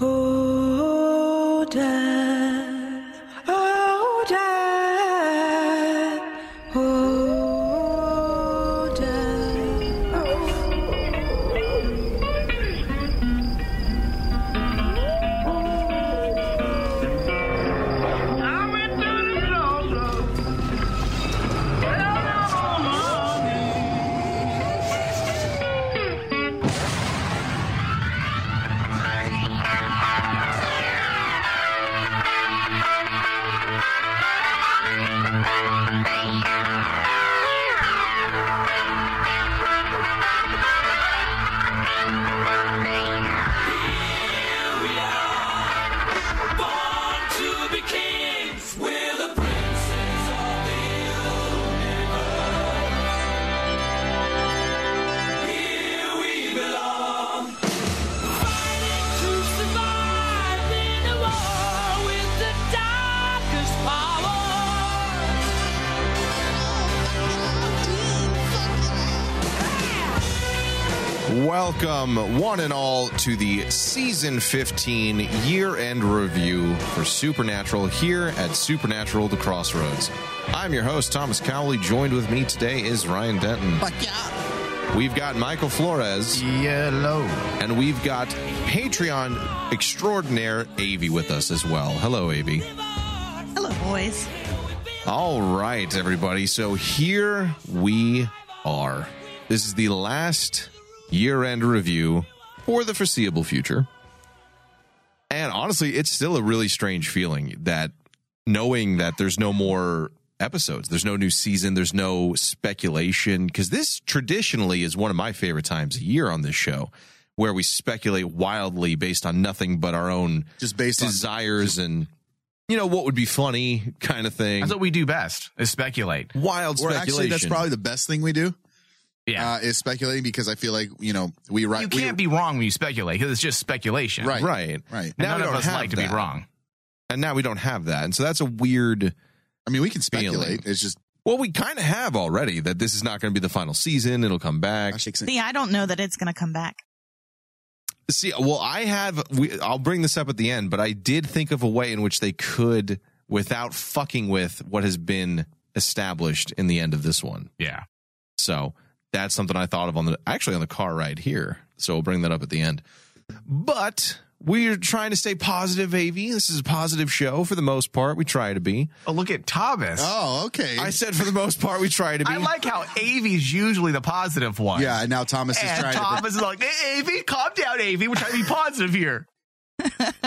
Oh, death, oh, death, oh, death, oh. Welcome, one and all, to the season 15 year end review for Supernatural here at Supernatural The Crossroads. I'm your host, Thomas Cowley. Joined with me today is Ryan Denton. Fuck yeah. We've got Michael Flores, Yellow. and we've got Patreon extraordinaire Avi with us as well. Hello, Avi. Hello, boys. All right, everybody. So here we are. This is the last year end review for the foreseeable future. And honestly, it's still a really strange feeling that knowing that there's no more episodes, there's no new season, there's no speculation, because this traditionally is one of my favorite times a year on this show where we speculate wildly based on nothing but our own Just based on desires and. You know what would be funny, kind of thing That's what we do best is speculate. wild or speculation. actually that's probably the best thing we do Yeah. uh, is speculating because I feel like you know we write you we- can't be wrong when you speculate because it's just speculation. right right. right. And Now we none of don't us have like to that. be wrong. And now we don't have that, and so that's a weird. I mean we can speculate Feeling. it's just Well, we kind of have already that this is not going to be the final season. It'll come back. See, I don't know that it's going to come back. See, well, I have. We, I'll bring this up at the end, but I did think of a way in which they could, without fucking with what has been established in the end of this one. Yeah. So that's something I thought of on the actually on the car ride here. So we'll bring that up at the end. But we're trying to stay positive, AV. This is a positive show for the most part. We try to be. Oh, look at Thomas. oh okay I said for the most part we try to be. I like how Avi's usually the positive one. yeah and now Thomas is And trying to Thomas is like, hey, Avi, calm down, Avi. We're trying to be positive here.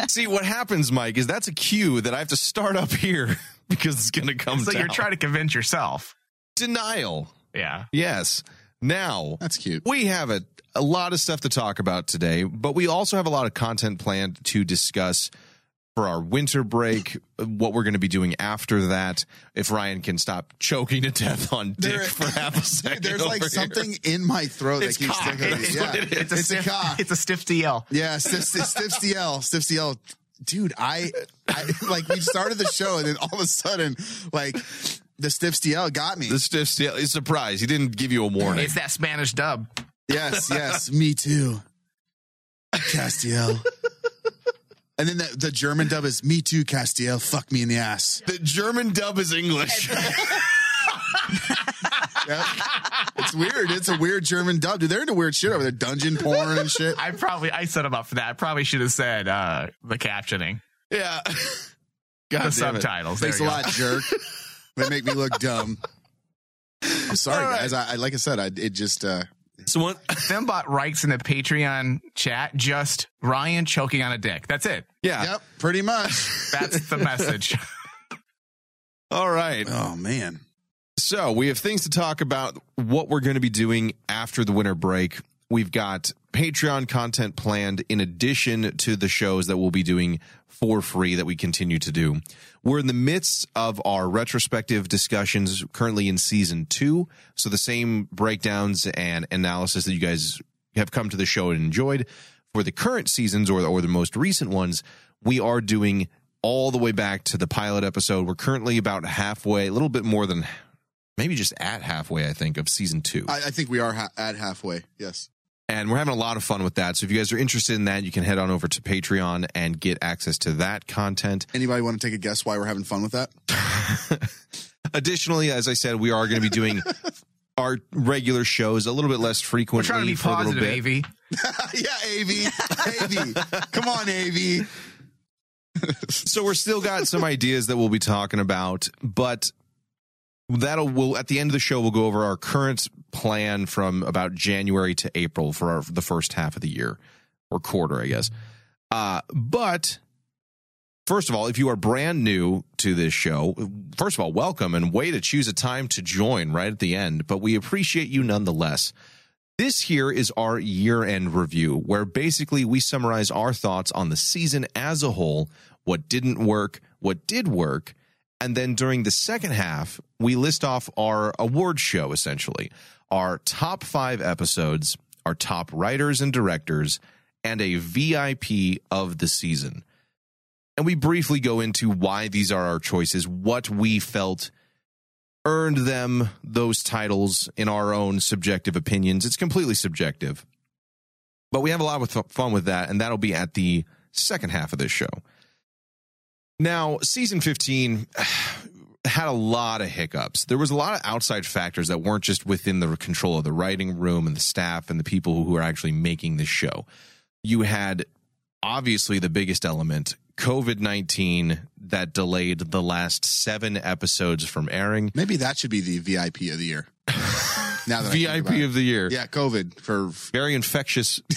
See what happens, Mike, is that's a cue that I have to start up here because it's going to come So down. you're trying to convince yourself. denial. Yeah. Yes. Now that's cute we have a, a lot of stuff to talk about today, but we also have a lot of content planned to discuss for our winter break, what we're going to be doing after that. If Ryan can stop choking to death on dick There- for half a second, Dude, there's over like here. something in my throat It's that keeps cock. tickling me. It's yeah what it is. it's, a, stiff, cock It's a stiff DL. yeah stiff, stiff, stiff DL stiff DL dude I, I like we started the show and then all of a sudden like the stiff DL got me The stiff steel is surprise. He didn't give you a warning. It's that Spanish dub. Yes, yes, me too. Castiel. and then the, the German dub is me too, Castiel. Fuck me in the ass. The German dub is English. Yep. it's weird. It's a weird German dub. Dude, they're into weird shit over there. Dungeon porn and shit. I probably, I set him up for that. I probably should have said uh, the captioning, yeah. God the damn it. subtitles. There Thanks a you go. lot, jerk. They make me look dumb. I'm sorry, All right. guys. I, I like I said, I it just uh So one, Fembot writes in the Patreon chat just Ryan choking on a dick. That's it. yeah. Yep, pretty much. That's the message. All right. right. Oh man. So we have things to talk about what we're going to be doing after the winter break. We've got Patreon content planned in addition to the shows that we'll be doing for free that we continue to do. We're in the midst of our retrospective discussions currently in season two. So the same breakdowns and analysis that you guys have come to the show and enjoyed for the current seasons or the, or the most recent ones, we are doing all the way back to the pilot episode. We're currently about halfway, a little bit more than maybe just at halfway, I think, of season two. I, I think we are ha- at halfway. Yes. and we're having a lot of fun with that. So if you guys are interested in that, you can head on over to Patreon and get access to that content. Anybody want to take a guess why we're having fun with that? Additionally, as I said, we are going to be doing our regular shows a little bit less frequently. We're trying to be for a little positive, bit. AV. yeah, AV. AV. Come on, AV. so we're still got some ideas that we'll be talking about, but that'll will at the end of the show we'll go over our current plan from about January to April for our, the first half of the year or quarter, I guess. Uh, but first of all, if you are brand new to this show, first of all, welcome and way to choose a time to join right at the end. But we appreciate you nonetheless. This here is our year end review, where basically we summarize our thoughts on the season as a whole, what didn't work, what did work. And then during the second half, we list off our award show essentially our top five episodes, our top writers and directors, and a VIP of the season. And we briefly go into why these are our choices, what we felt earned them those titles in our own subjective opinions. It's completely subjective. But we have a lot of fun with that, and that'll be at the second half of this show. Now, season 15 had a lot of hiccups. There was a lot of outside factors that weren't just within the control of the writing room and the staff and the people who are actually making this show. You had obviously the biggest element COVID 19 that delayed the last seven episodes from airing. Maybe that should be the VIP of the year. Now that I think about VIP it. of the year. yeah, COVID for Very infectious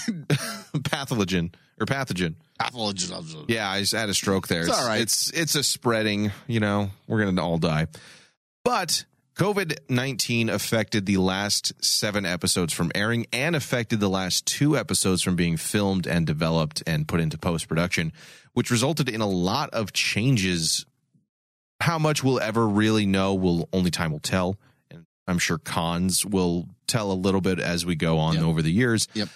pathogen or pathogen. pathologists. Yeah, I just had a stroke there. It's all right. It's it's a spreading, you know, we're going to all die. But COVID-19 affected the last 7 episodes from airing and affected the last 2 episodes from being filmed and developed and put into post-production, which resulted in a lot of changes. How much we'll ever really know will only time will tell. And I'm sure cons will tell a little bit as we go on Yep. over the years Yep.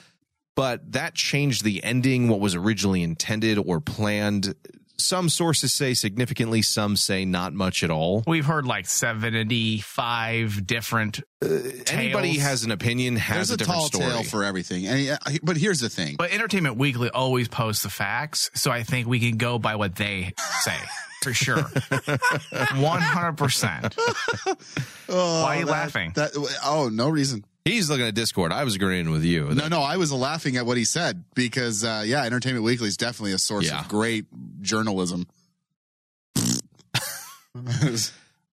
but that changed the ending, what was originally intended or planned. Some sources say significantly, some say not much at all. We've heard like 75 different Anybody tales. has an opinion, has There's a, a, different tall story. tale for everything. And, uh, but here's the thing. But Entertainment Weekly always posts the facts, so I think we can go by what they say for sure. One hundred percent. Oh, Why are you that- laughing? That, oh, no reason. He's looking at Discord. I was agreeing with you. No, no, I was laughing at what he said because, uh, yeah, Entertainment Weekly is definitely a source Yeah. of great journalism.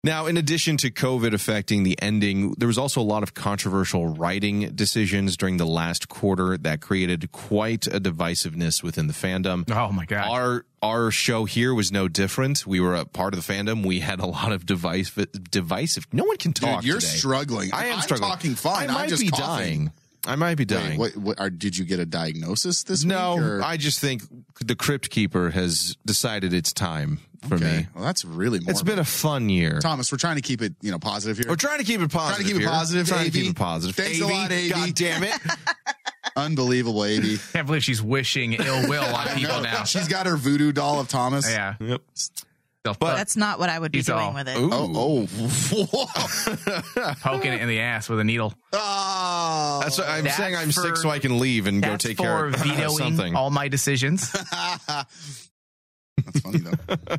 Now, in addition to COVID affecting the ending, there was also a lot of controversial writing decisions during the last quarter that created quite a divisiveness within the fandom. Oh my god. our our show here was no different. We were a part of the fandom. We had a lot of device divisive. No one can talk. Dude, you're today. struggling. I am I'm struggling. talking fine. I I'm might just be coughing. dying. I might be dying. Wait, what, what, are, did you get a diagnosis this no, week? or- I just think the Crypt Keeper has decided it's time for okay. me. Well, that's really morbid. It's been a fun year. Thomas, we're trying to keep it, you know, positive here. We're trying to keep it positive. Trying to keep it here. positive, Trying to AV. keep it positive. Thanks a AV, lot, AV. God damn it. Unbelievable, AB. can't believe she's wishing ill will on people now. She's got her voodoo doll of Thomas. Yeah. Yep. But That's not what I would be He's doing all- with it. Ooh. Oh, oh. poking it in the ass with a needle. oh. That's what I'm That's saying I'm sick for- so I can leave and go That's take for care of vetoing something. all my decisions. That's funny, though.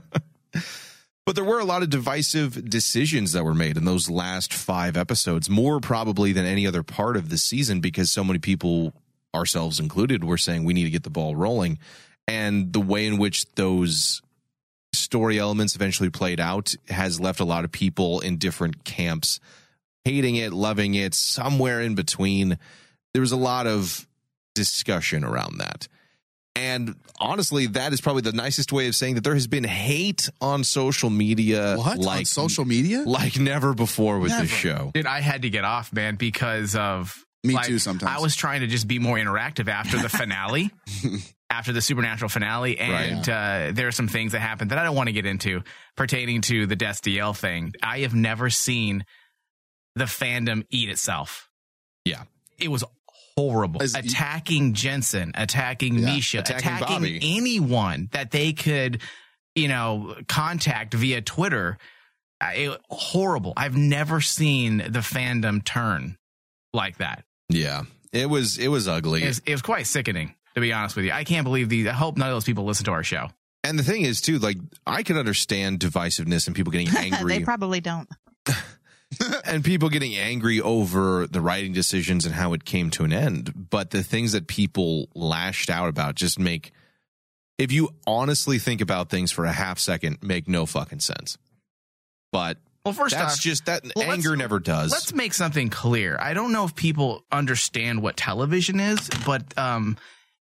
But there were a lot of divisive decisions that were made in those last five episodes, more probably than any other part of the season, because so many people, ourselves included, were saying we need to get the ball rolling. And the way in which those story elements eventually played out has left a lot of people in different camps, hating it, loving it, somewhere in between. There was a lot of discussion around that. And honestly, that is probably the nicest way of saying that there has been hate on social media What? like on social media? like never before with this show. Dude, I had to get off, man, because of Me too sometimes. I was trying to just be more interactive after the finale, after the supernatural finale, and uh, there are some things that happened that I don't want to get into pertaining to the Destiel thing. I have never seen the fandom eat itself. Yeah. it was horrible. As- attacking Jensen, attacking Yeah, Misha, attacking attacking Bobby. anyone that they could, you know, contact via Twitter. Uh, It, horrible. I've never seen the fandom turn like that. Yeah. It was it was ugly. It was, it was quite sickening, to be honest with you. I can't believe these. I hope none of those people listen to our show. and the thing is too, like I can understand divisiveness and people getting they angry probably don't. and people getting angry over the writing decisions and how it came to an end. But the things that people lashed out about just make, if you honestly think about things for a half second, make no fucking sense. But Well, first that's off, just that well, let's- anger never does. Let's make something clear. I don't know if people understand what television is, but um,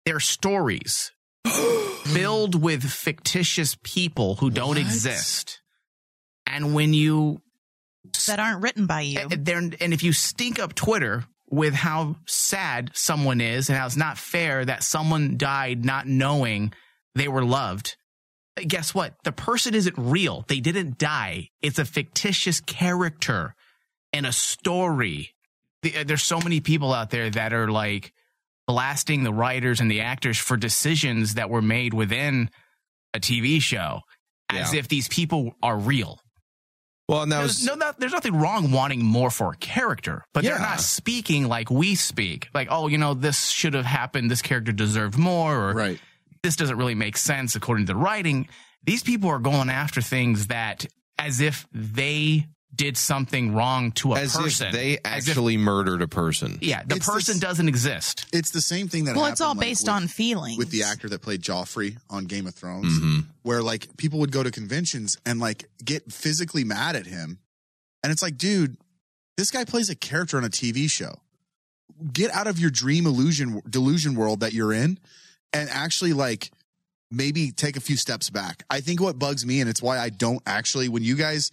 they're stories filled with fictitious people who don't exist. And when you That aren't written by you. and, they're- and if you stink up Twitter with how sad someone is and how it's not fair that someone died not knowing they were loved, guess what? The person isn't real. They didn't die. It's a fictitious character and a story. The- uh, There's so many people out there that are like blasting the writers and the actors for decisions that were made within a TV show as Yeah. if these people are real. well, and that There's, was no, not, there's nothing wrong wanting more for a character, but they're Yeah. not speaking like we speak. Like, oh, you know, this should have happened. This character deserved more, or right. this doesn't really make sense according to the writing. These people are going after things that as if they did something wrong to a as person. if they As if- actually murdered a person. yeah, the It's person this- doesn't exist. It's the same thing that well, it's happened, all like, based with- on feelings. with the actor that played Joffrey on Game of Thrones, Mm-hmm. where like people would go to conventions and like get physically mad at him. And it's like, dude, this guy plays a character on a TV show. Get out of your dream illusion delusion world that you're in and actually like maybe take a few steps back. I think what bugs me and it's why I don't actually when you guys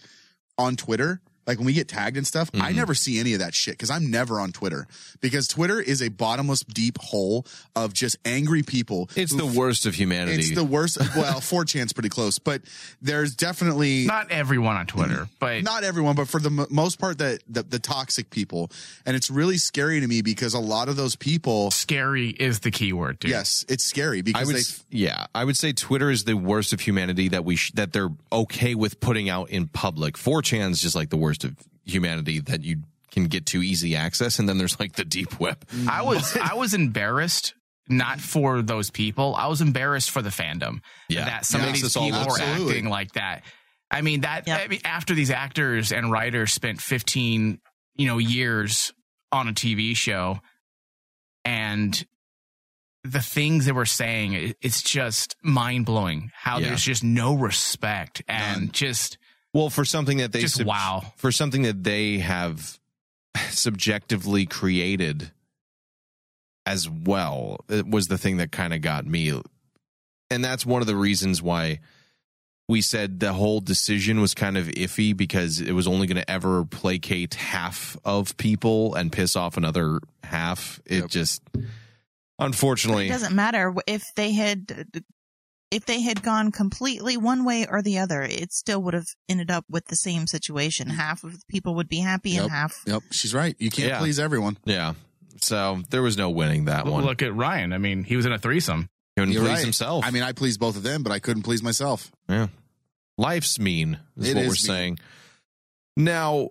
on Twitter, like when we get tagged and stuff, Mm-hmm. I never see any of that shit because I'm never on Twitter because Twitter is a bottomless deep hole of just angry people. It's who the worst of humanity. it's the worst. Well, 4chan's pretty close, but there's definitely not, Not everyone on Twitter, Mm-hmm. but everyone, but for the m- most part, that the, the toxic people, and it's really scary to me because a lot of those people. scary is the key word, dude. Yes, it's scary I because would, they. s- yeah, I would say Twitter is the worst of humanity that we sh- that they're okay with putting out in public. 4chan is just like the worst of humanity that you can get to easy access, and then there's like the deep web. I was I was embarrassed not for those people. I was embarrassed for the fandom. Yeah. That some Yeah. of these This all people were looks- Absolutely. acting like that. I mean that Yep. I mean, after these actors and writers spent 15, you know, years on a TV show and the things they were saying it- it's just mind-blowing how Yeah. there's just no respect and just Well, for something that they Just wow. for something that they have subjectively created as well it was the thing that kind of got me, and that's one of the reasons why we said the whole decision was kind of iffy because it was only going to ever placate half of people and piss off another half. It just it unfortunately doesn't matter if they had if they had gone completely one way or the other. It still would have ended up with the same situation. Half of the people would be happy, Mm. Yep. and half Yep, she's right. You can't Yeah. please everyone. yeah. So there was no winning that one. look at Ryan. I mean, he was in a threesome. Couldn't You're please right. himself. I mean, I pleased both of them, but I couldn't please myself. Yeah. Life's mean, is It what is we're mean. saying. Now,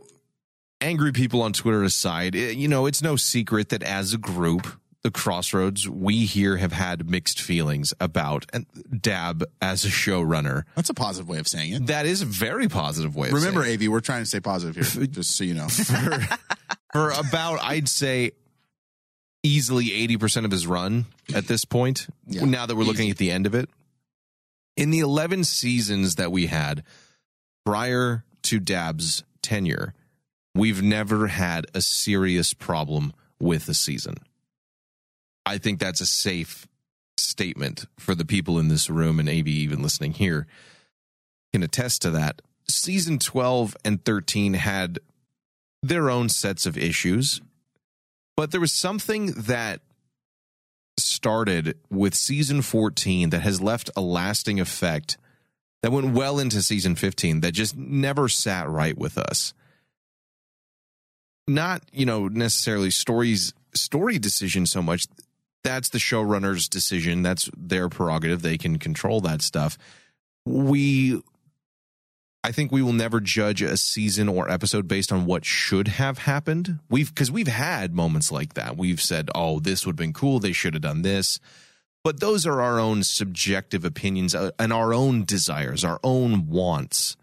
angry people on Twitter aside, it, you know, it's no secret that as a group, the crossroads we here have had mixed feelings about and Dab as a showrunner. That's a positive way of saying it. That is a very positive way. Of Remember, saying it. Av, we're trying to stay positive here, just so you know. for, for about I'd say easily eighty percent of his run at this point. Yeah, now that we're looking easy. at the end of it, in the eleven seasons that we had prior to Dab's tenure, we've never had a serious problem with a season. I think that's a safe statement for the people in this room and maybe even listening here can attest to that. Season 12 and 13 had their own sets of issues, but there was something that started with season 14 that has left a lasting effect that went well into season 15 that just never sat right with us not you know necessarily stories story decision so much that's the showrunner's decision that's their prerogative they can control that stuff we i think we will never judge a season or episode based on what should have happened we've because we've had moments like that we've said oh this would have been cool they should have done this but those are our own subjective opinions uh, and our own desires our own wants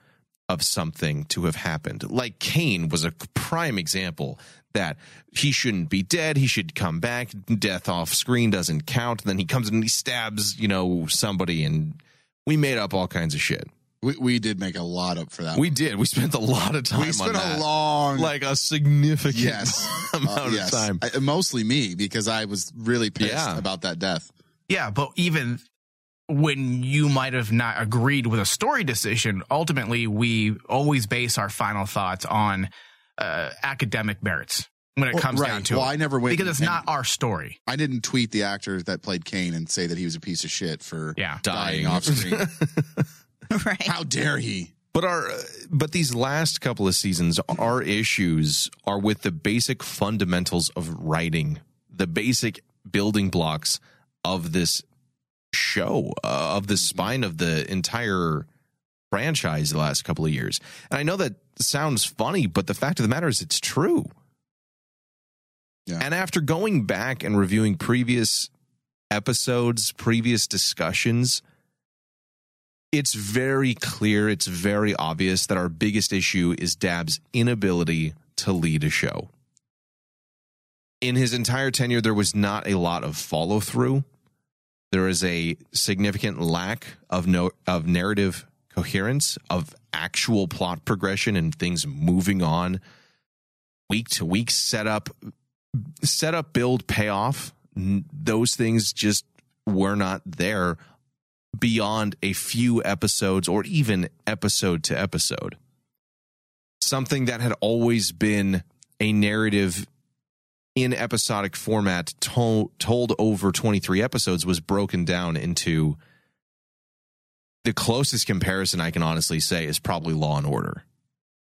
of something to have happened. Like Cain was a prime example that he shouldn't be dead. He should come back. Death off screen doesn't count. then he comes and he stabs, you know, somebody. And we made up all kinds of shit. We, we did make a lot up for that. We one. did. We spent a lot of time we spent on that. a long like a significant yes amount Uh, yes. of time. I- mostly me because I was really pissed Yeah. about that death. Yeah, but even when you might have not agreed with a story decision, ultimately we always base our final thoughts on uh, academic merits when it Well, comes Oh, right. down to Well, it. I never went because and- it's not our story. I didn't tweet the actor that played Kane and say that he was a piece of shit for Yeah. dying. Dying. off screen. right? How dare he? But our but these last couple of seasons, our issues are with the basic fundamentals of writing, the basic building blocks of this show, uh, of the spine of the entire franchise the last couple of years. And I know that sounds funny, but the fact of the matter is it's true. Yeah. And after going back and reviewing previous episodes, previous discussions, it's very clear, it's very obvious that our biggest issue is Dab's inability to lead a show. In his entire tenure, there was not a lot of follow through. There is a significant lack of no, of narrative coherence, of actual plot progression and things moving on week to week setup, setup, build, payoff. N- Those things just were not there beyond a few episodes or even episode to episode. Something that had always been a narrative in episodic format to- told over 23 episodes was broken down into the closest comparison I can honestly say is probably Law and Order.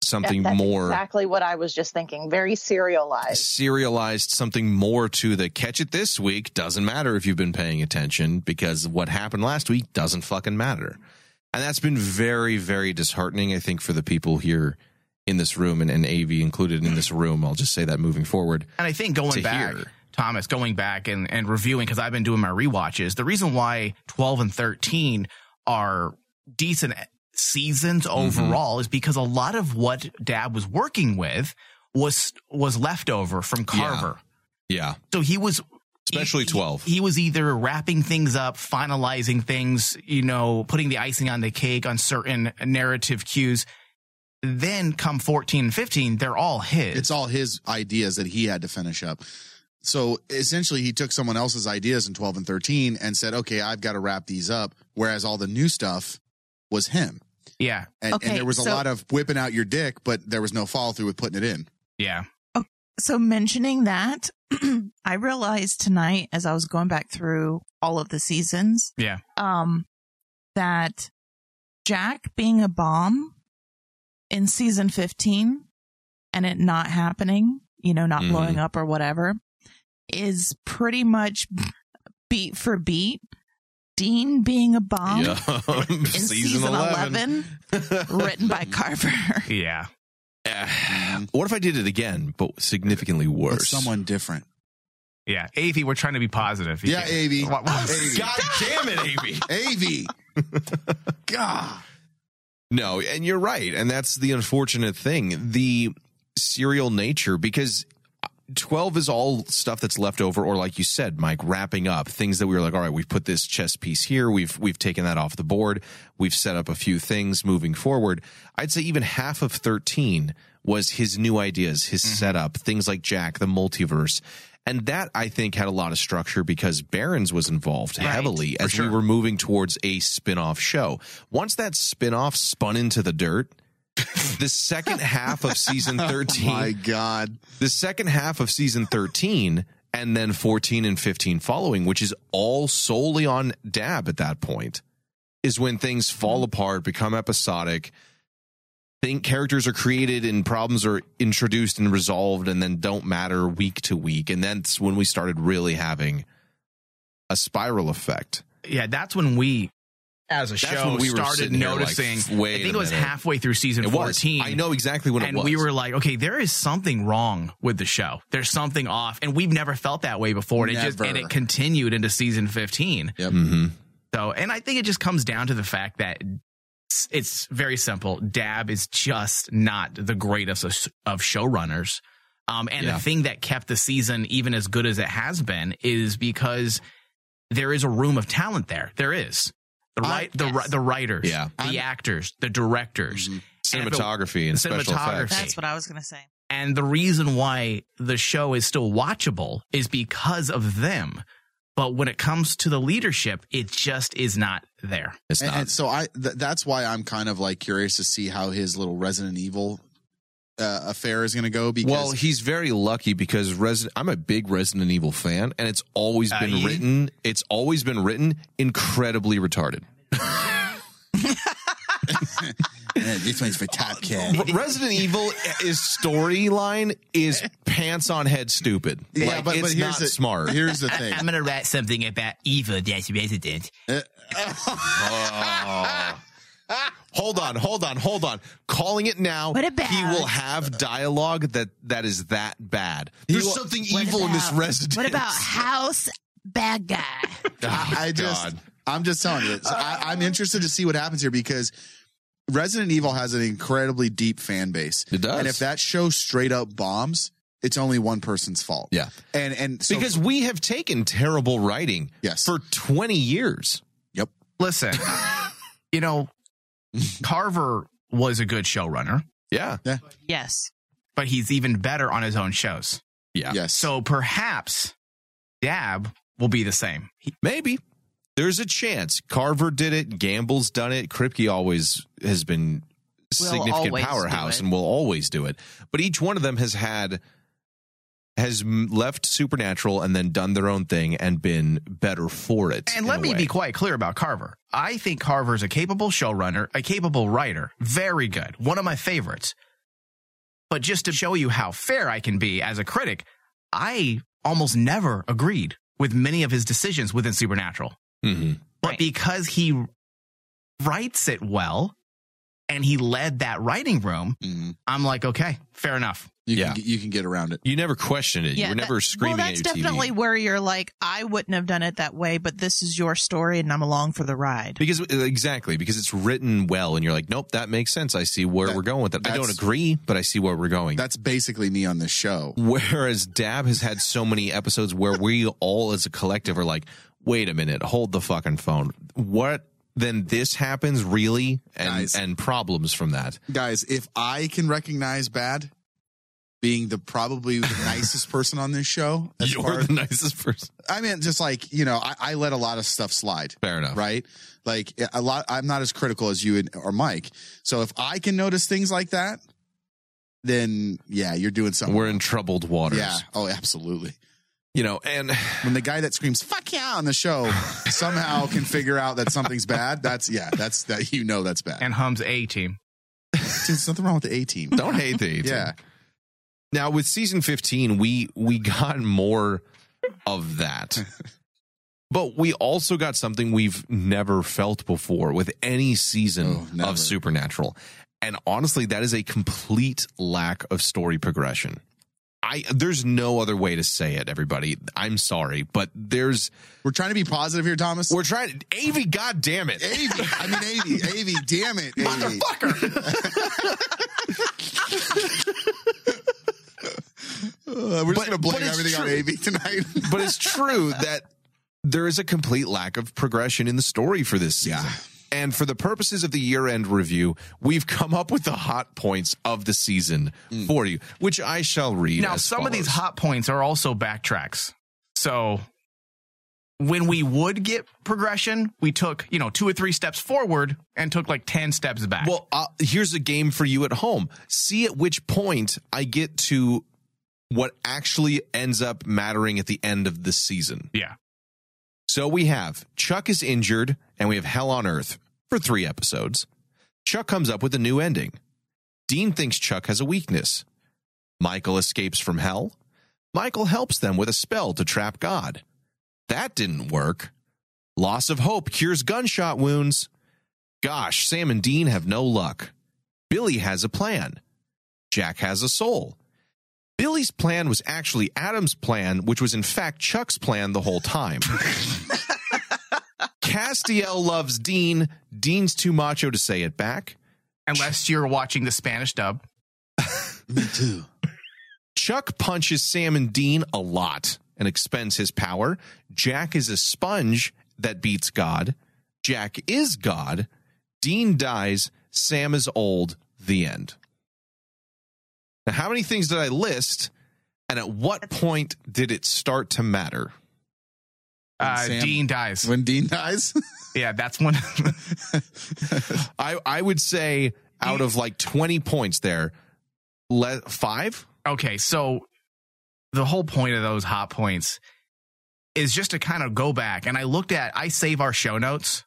Something that's more Exactly what I was just thinking. Very serialized. serialized something more to the catch it this week doesn't matter if you've been paying attention because what happened last week doesn't fucking matter. And that's been very, very disheartening, I think, for the people here in this room and, and AV included in this room. I'll just say that moving forward. And I think To going back, hear. Thomas, going back and, and reviewing, because I've been doing my rewatches, the reason why 12 and 13 are decent seasons Mm-hmm. overall is because a lot of what Dab was working with was was left over from Carver. Yeah. So he was Especially he- 12. He, he was either wrapping things up, finalizing things, you know, putting the icing on the cake on certain narrative cues. Then come 14 and 15, they're all his. It's all his ideas that he had to finish up. So essentially, he took someone else's ideas in 12 and 13 and said, okay, I've got to wrap these up. Whereas all the new stuff was him. yeah. And, Okay, and there was a so- lot of whipping out your dick, but there was no follow through with putting it in. Yeah. so mentioning that i realized tonight as i was going back through all of the seasons Yeah. um that jack being a bomb in season 15 and it not happening you know not Mhm. blowing up or whatever is pretty much beat for beat dean being a bomb yeah. in in season 11 written by carver Yeah. what if I did it again, but significantly worse? Mm-hmm. But someone different. Yeah, AV, we're trying to be positive. Yeah, AV. What- what- AV. God damn it, Amy. AV. God. No, and you're right. And that's the unfortunate thing the serial nature, because 12 is all stuff that's left over, or like you said, Mike, wrapping up things that we were like, all right, we've put this chess piece here. We've, we've taken that off the board. We've set up a few things moving forward. I'd say even half Mm-hmm. of 13 was his new ideas, his setup, things like Jack, the multiverse. And that I think had a lot of structure because Barron's was involved Right, heavily for as sure. we were moving towards a spin-off show. Once that spin-off spun into the dirt, the second half of season Oh 13 Oh, My God. the second half of season 13 and then 14 and 15 following which is all solely on dab at that point is when things fall Mm-hmm. apart become episodic think characters are created and problems are introduced and resolved and then don't matter week to week and that's when we started really having a spiral effect yeah, that's when we, as a That's show, when we were started sitting here like, noticing. "Wait I think a it was minute." halfway through season it was 14. i know exactly when it and was we were like, okay, there is something wrong with the show. There's something off, and we've never felt that way before. And it just Never. and it continued into season 15. Yep. Mm-hmm. hmm So, and I think it just comes down to the fact that it's, it's very simple. Dab is just not the greatest of, of showrunners. Um, and Yeah. the thing that kept the season even as good as it has been is because there is a room of talent there. There is the I- right, the ri- the writers, Ah, Yeah. Mm-hmm. the actors, the directors, And if it- cinematography and special Cinematography. effects That's what I was going to say. and the reason why the show is still watchable is because of them. But when it comes to the leadership, it just is not there. it's And, not and so I th- that's why I'm kind of like curious to see how his little Resident Evil uh, affair is going to go because well, he's very lucky because Resident. I'm a big Resident Evil fan, and it's always been Aye. written. It's always been written incredibly retarded. Man, this one's for Top Cat. Re- Resident Evil is storyline is pants on head stupid. Yeah, Like, but, it's but here's not the, smart. Here's the thing. gonna write something about evil that's resident. Hold on, hold on, hold on. Calling it now, What about- he will have dialogue that that is that bad. There's will- something What evil in this about- Resident. What about House Bad Guy? Oh, I just, God. I'm just telling you, So I, I'm interested to see what happens here because Resident Evil has an incredibly deep fan base. It does. and if that show straight up bombs, it's only one person's fault. Yeah. and and so, because we have taken terrible writing Yes. for 20 years. Listen, you know, Carver was a good showrunner, Yeah. yes. but he's even better on his own shows. Yeah. yes, So perhaps Dab will be the same. He- Maybe. There's a chance. Carver did it. Gamble's done it. Kripke always has been a Will significant always do powerhouse it. and will always do it. But each one of them has had has m- left Supernatural and then done their own thing and been better for it. And in let a me way. be quite clear about Carver. I think Carver's a capable showrunner, a capable writer, very good, one of my favorites. But just to show you how fair I can be as a critic, I almost never agreed with many of his decisions within Supernatural. Mhm. But Right. because he writes it well and he led that writing room, Mhm. I'm like, okay, fair enough. you yeah. can you can get around it. You never questioned it. you were that- never screaming Well, that's at your definitely TV. where you're like, I wouldn't have done it that way, but this is your story, and I'm along for the ride. Because uh, exactly, because it's written well, and you're like, nope, that makes sense. I see where That- we're going with it. I don't that's- agree, but I see where we're going. That's basically me on this show. Whereas Dab has had so many episodes where we all as a collective are like, wait a minute, hold the fucking phone. What then this happens really? And Guys. and problems from that. Guys, if I can recognize bad being the probably the nicest person on this show, as You're far as- the nicest person. I mean, just like you know, I, I let a lot of stuff slide. Fair enough. right? Like a lot, I'm not as critical as you and, or Mike. So if I can notice things like that, then yeah, you're doing something. We're in troubled waters. yeah. Oh, absolutely. You know, and When the guy that screams "fuck yeah" on the show somehow can figure out that something's bad, that's yeah, that's that you know that's bad. And Hum's A team. There's nothing wrong with the A team. don't hate the Yeah. Now with season 15, we we got more of that. But we also got something we've never felt before with any season Oh, never. of Supernatural. And honestly, that is a complete lack of story progression. I there's no other way to say it, everybody. I'm sorry, but there's We're trying to be positive here, Thomas. we're trying to Avi, god damn it. Avy, I mean Avy, Avy, damn it, Avy. Uh, we're But- just gonna but blame it's everything on true. Avy tonight. but it's true that there is a complete lack of progression in the story for this season. Yeah. And for the purposes of the year end review, we've come up with the hot points of the season for you, which I shall read. Mm. Now, as some of these follows. hot points are also backtracks. So when we would get progression, we took, you know, two or three steps forward and took like 10 steps back. Well, uh, here's a game for you at home. See at which point I get to what actually ends up mattering at the end of the season. yeah. So we have Chuck is injured, and we have Hell on Earth for three episodes. Chuck comes up with a new ending. Dean thinks Chuck has a weakness. Michael escapes from hell. Michael helps them with a spell to trap God. That didn't work. Loss of hope cures gunshot wounds. Gosh, Sam and Dean have no luck. Billy has a plan. Jack has a soul. Billy's plan was actually Adam's plan, which was in fact Chuck's plan the whole time. Castiel loves Dean. Dean's too macho to say it back. Unless you're watching the Spanish dub. Me too. Chuck punches Sam and Dean a lot and expends his power. Jack is a sponge that beats God. Jack is God. Dean dies. Sam is old. The end. Now, how many things did I list? And at what point did it start to matter? Uh, Sam- Dean dies. When Dean dies, yeah, that's when. I, I would say out of like 20 points there, le- five? okay, so the whole point of those hot points is just to kind of go back. And I looked at, I save our show notes.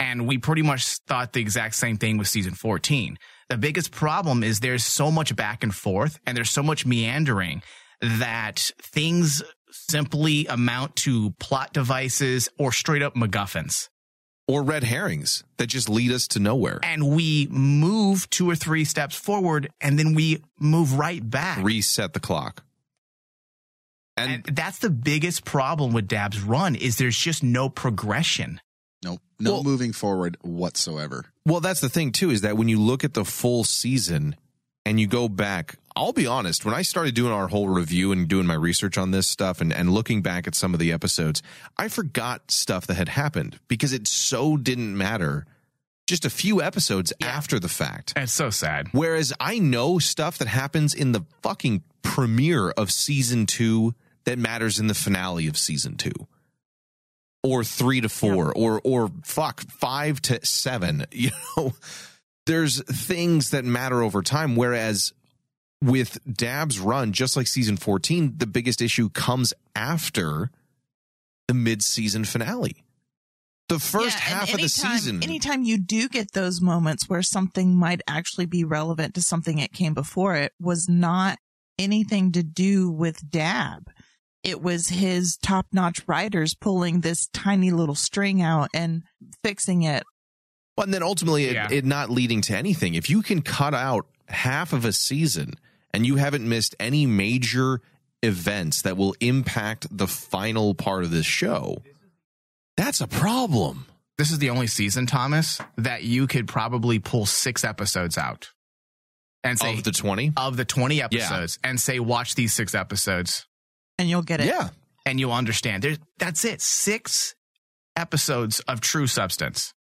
and we pretty much thought the exact same thing with season 14. The biggest problem is there's so much back and forth and there's so much meandering that things simply amount to plot devices or straight up MacGuffins. Or red herrings that just lead us to nowhere. And we move two or three steps forward and then we move right back. Reset the clock. And, and that's the biggest problem with Dab's run is there's just no progression. nope, no Well- moving forward whatsoever. Well, that's the thing too is that when you look at the full season and you go back, I'll be honest, when I started doing our whole review and doing my research on this stuff and, and looking back at some of the episodes, I forgot stuff that had happened because it so didn't matter just a few episodes after the fact. It's so sad. Whereas I know stuff that happens in the fucking premiere of season two that matters in the finale of season two. Or three to four, or or fuck, five to seven. You know, there's things that matter over time. Whereas with Dab's run, just like season 14, the biggest issue comes after the mid season finale. The first Yeah, and half of the anytime- season. Anytime you do get those moments where something might actually be relevant to something that came before it was not anything to do with Dab. It was his top notch writers pulling this tiny little string out and fixing it. Well, and then ultimately, Yeah. it, it not leading to anything. If you can cut out half of a season and you haven't missed any major events that will impact the final part of this show, that's a problem. This is the only season, Thomas, that you could probably pull six episodes out and say Of the 20? of the 20 episodes and say watch these six episodes And you'll get it. Yeah. and you'll understand There's, that's it six episodes of true substance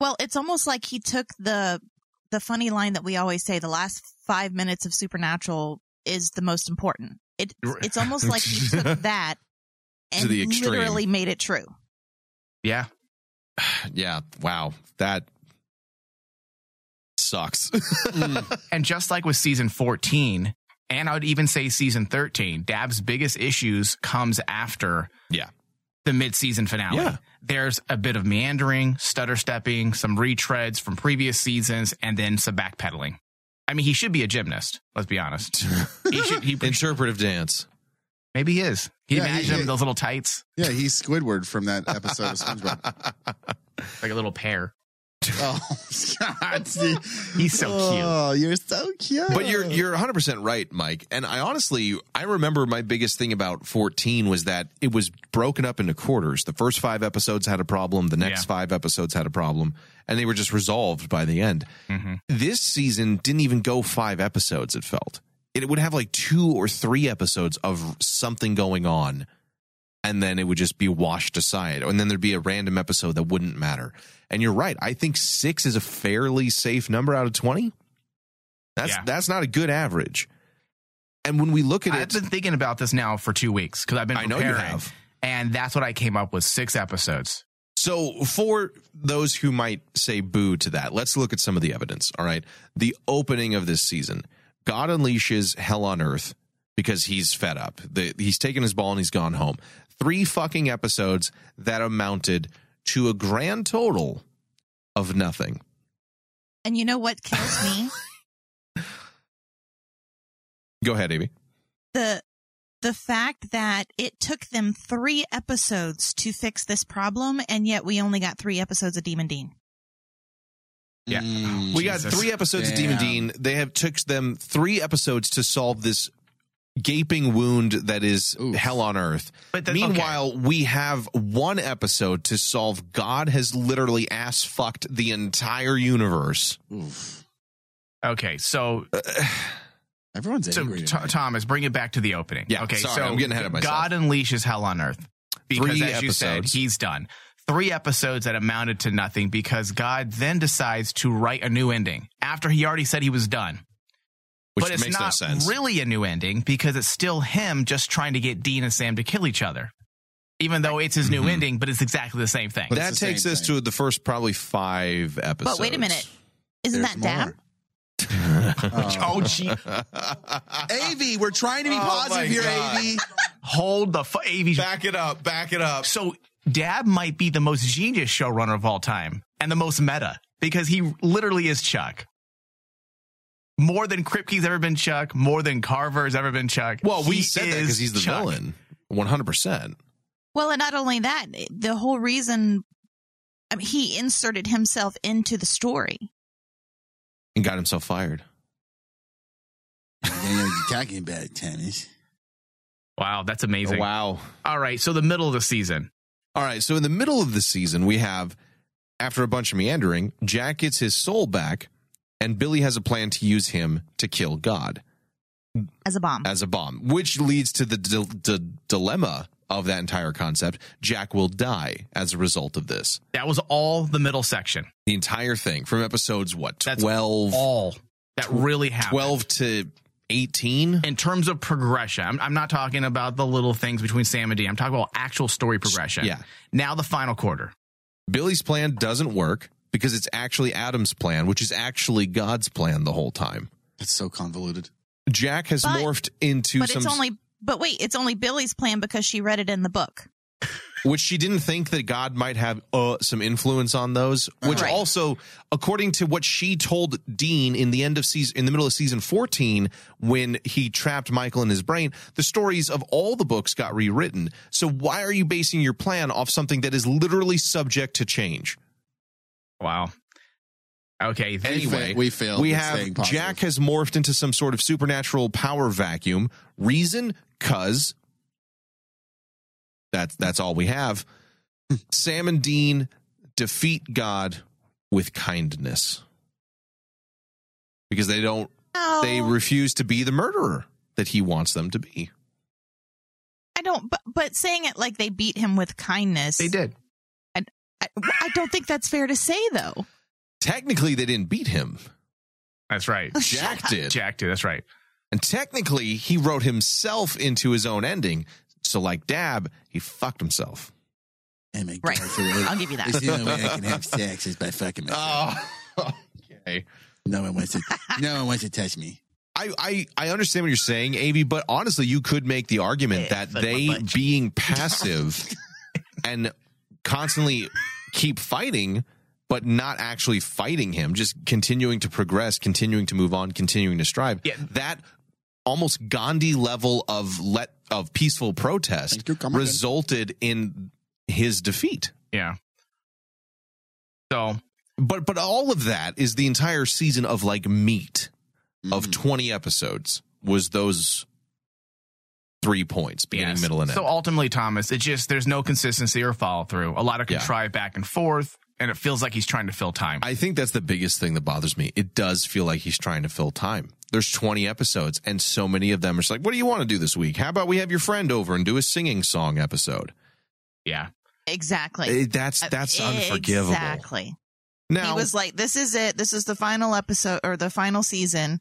Well, it's almost like he took the the funny line that we always say: the last five minutes of Supernatural is the most important. It it's almost like he took that and the extreme. literally made it true. yeah Yeah. Wow. That sucks. Mm. and just like with season 14 and i would even say season 13 dab's biggest issues comes after Yeah. the mid-season finale Yeah. there's a bit of meandering stutter stepping some retreads from previous seasons and then some backpedaling i mean he should be a gymnast let's be honest he should he Interpretive dance. Maybe he is. Can you Yeah, he- imagine him he- in those little tights, Yeah, he's Squidward from that episode of SpongeBob. like a little pair. Oh, God. see? He's so cute. Oh, you're so cute. But you're you're 100 percent right, Mike. And I honestly, I remember my biggest thing about 14 was that it was broken up into quarters. The first five episodes had a problem. The next Yeah. five episodes had a problem, and they were just resolved by the end. Mm-hmm. This season didn't even go five episodes. It felt it would have like two or three episodes of something going on and then it would just be washed aside. And then there'd be a random episode that wouldn't matter. And you're right. I think six is a fairly safe number out of 20. That's, Yeah. that's not a good average. And when we look at I've it, been thinking about this now for two weeks because I've been I know preparing, you have. and that's what I came up with: six episodes. So, for those who might say boo to that, let's look at some of the evidence. All right. The opening of this season, God unleashes hell on earth because he's fed up. The, he's taken his ball and he's gone home. Three fucking episodes that amounted to a grand total of nothing. And you know what kills me? Go ahead, Amy. the the fact that it took them three episodes to fix this problem, and yet we only got three episodes of Demon Dean. Yeah. we got Jesus. three episodes of Demon Damn. Dean. They have took them three episodes to solve this gaping wound that is Oof. hell on earth. But then- Meanwhile, we have one episode to solve. God has literally ass fucked the entire universe. Oof. Okay, so Everyone's so angry. Th- tonight. Thomas, bring it back to the opening. Yeah, Okay. sorry, so I'm getting ahead of myself. God unleashes hell on earth because, Three as you said, episodes. he's done three episodes that amounted to nothing because God then decides to write a new ending after he already said he was done. Which but it's makes not no sense. really a new ending because it's still him just trying to get Dean and Sam to kill each other, even though it's his new Mhm. ending. But it's exactly the same thing. But that it's the takes same us thing. to the first probably five episodes. But wait a minute, isn't There's that dab? more. oh, gee, Av, we're trying to be Oh, my positive here, God. Av. hold the fu- AV. back it up. Back it up. So Dab might be the most genius showrunner of all time and the most meta because he literally is Chuck. More than Kripke's ever been Chuck, more than Carver's ever been Chuck. Well, we He said that is because he's the Chuck. villain. 100%. Well, and not only that, the whole reason I mean, he inserted himself into the story. And got himself fired. I know you're talking about tennis. Wow, that's amazing. Wow. All right, so the middle of the season. All right, so in the middle of the season, we have, after a bunch of meandering, Jack gets his soul back, and Billy has a plan to use him to kill God As a bomb. as a bomb, which leads to the d- d- dilemma of that entire concept. Jack will die as a result of this. That was all the middle section. The entire thing from episodes, what, That's 12, All that really happened. 12 to 18? in terms of progression, I'm, I'm not talking about the little things between Sam and Dean. I'm talking about actual story progression. Yeah. Now the final quarter. Billy's plan doesn't work because it's actually Adam's plan, which is actually God's plan the whole time. That's so convoluted. Jack has But- morphed into but some it's only. But wait, it's only Billy's plan because she read it in the book. which she didn't think that God might have uh, some influence on those. Which Right. also, according to what she told Dean in the end of season, in the middle of season fourteen, when he trapped Michael in his brain, the stories of all the books got rewritten. So why are you basing your plan off something that is literally subject to change? Wow. Okay. then- fa- Anyway, we failed We at have staying positive. Jack has morphed into some sort of supernatural power vacuum. Reason, cause that's that's all we have. Sam and Dean defeat God with kindness because they don't No, they refuse to be the murderer that he wants them to be. I don't. But, but saying it like they beat him with kindness, they did. I, I don't think that's fair to say, though. Technically, they didn't beat him. That's right. Jack did, Jack did. That's right. and technically, he wrote himself into his own ending. So, like Dab, he fucked himself. And make Right. Garfield really- I'll give you that. It's the only way I can have sex is by fucking myself. Oh, okay. No one wants to. no one wants to touch me. I, I, I understand what you're saying, Amy, but honestly, you could make the argument Yeah, that that's my they bunch. being passive and constantly keep fighting, but not actually fighting him, just continuing to progress, continuing to move on, continuing to strive. Yeah. That almost Gandhi level of let of peaceful protest Thank you, Comrade. resulted in his defeat. Yeah. So But but all of that is the entire season of like meat of Mm. 20 episodes was those three points beginning, yes. middle, and end. So ultimately, Thomas, it's just there's no consistency or follow through. A lot of Yeah. contrived back and forth. and it feels like he's trying to fill time. I think that's the biggest thing that bothers me. It does feel like he's trying to fill time. There's 20 episodes, and so many of them are just like, what do you want to do this week? How about we have your friend over and do a singing song episode? yeah. Exactly. Eh, that's that's Uh, unforgivable. Exactly. Now, he was like, "This is it. This is the final episode or the final season.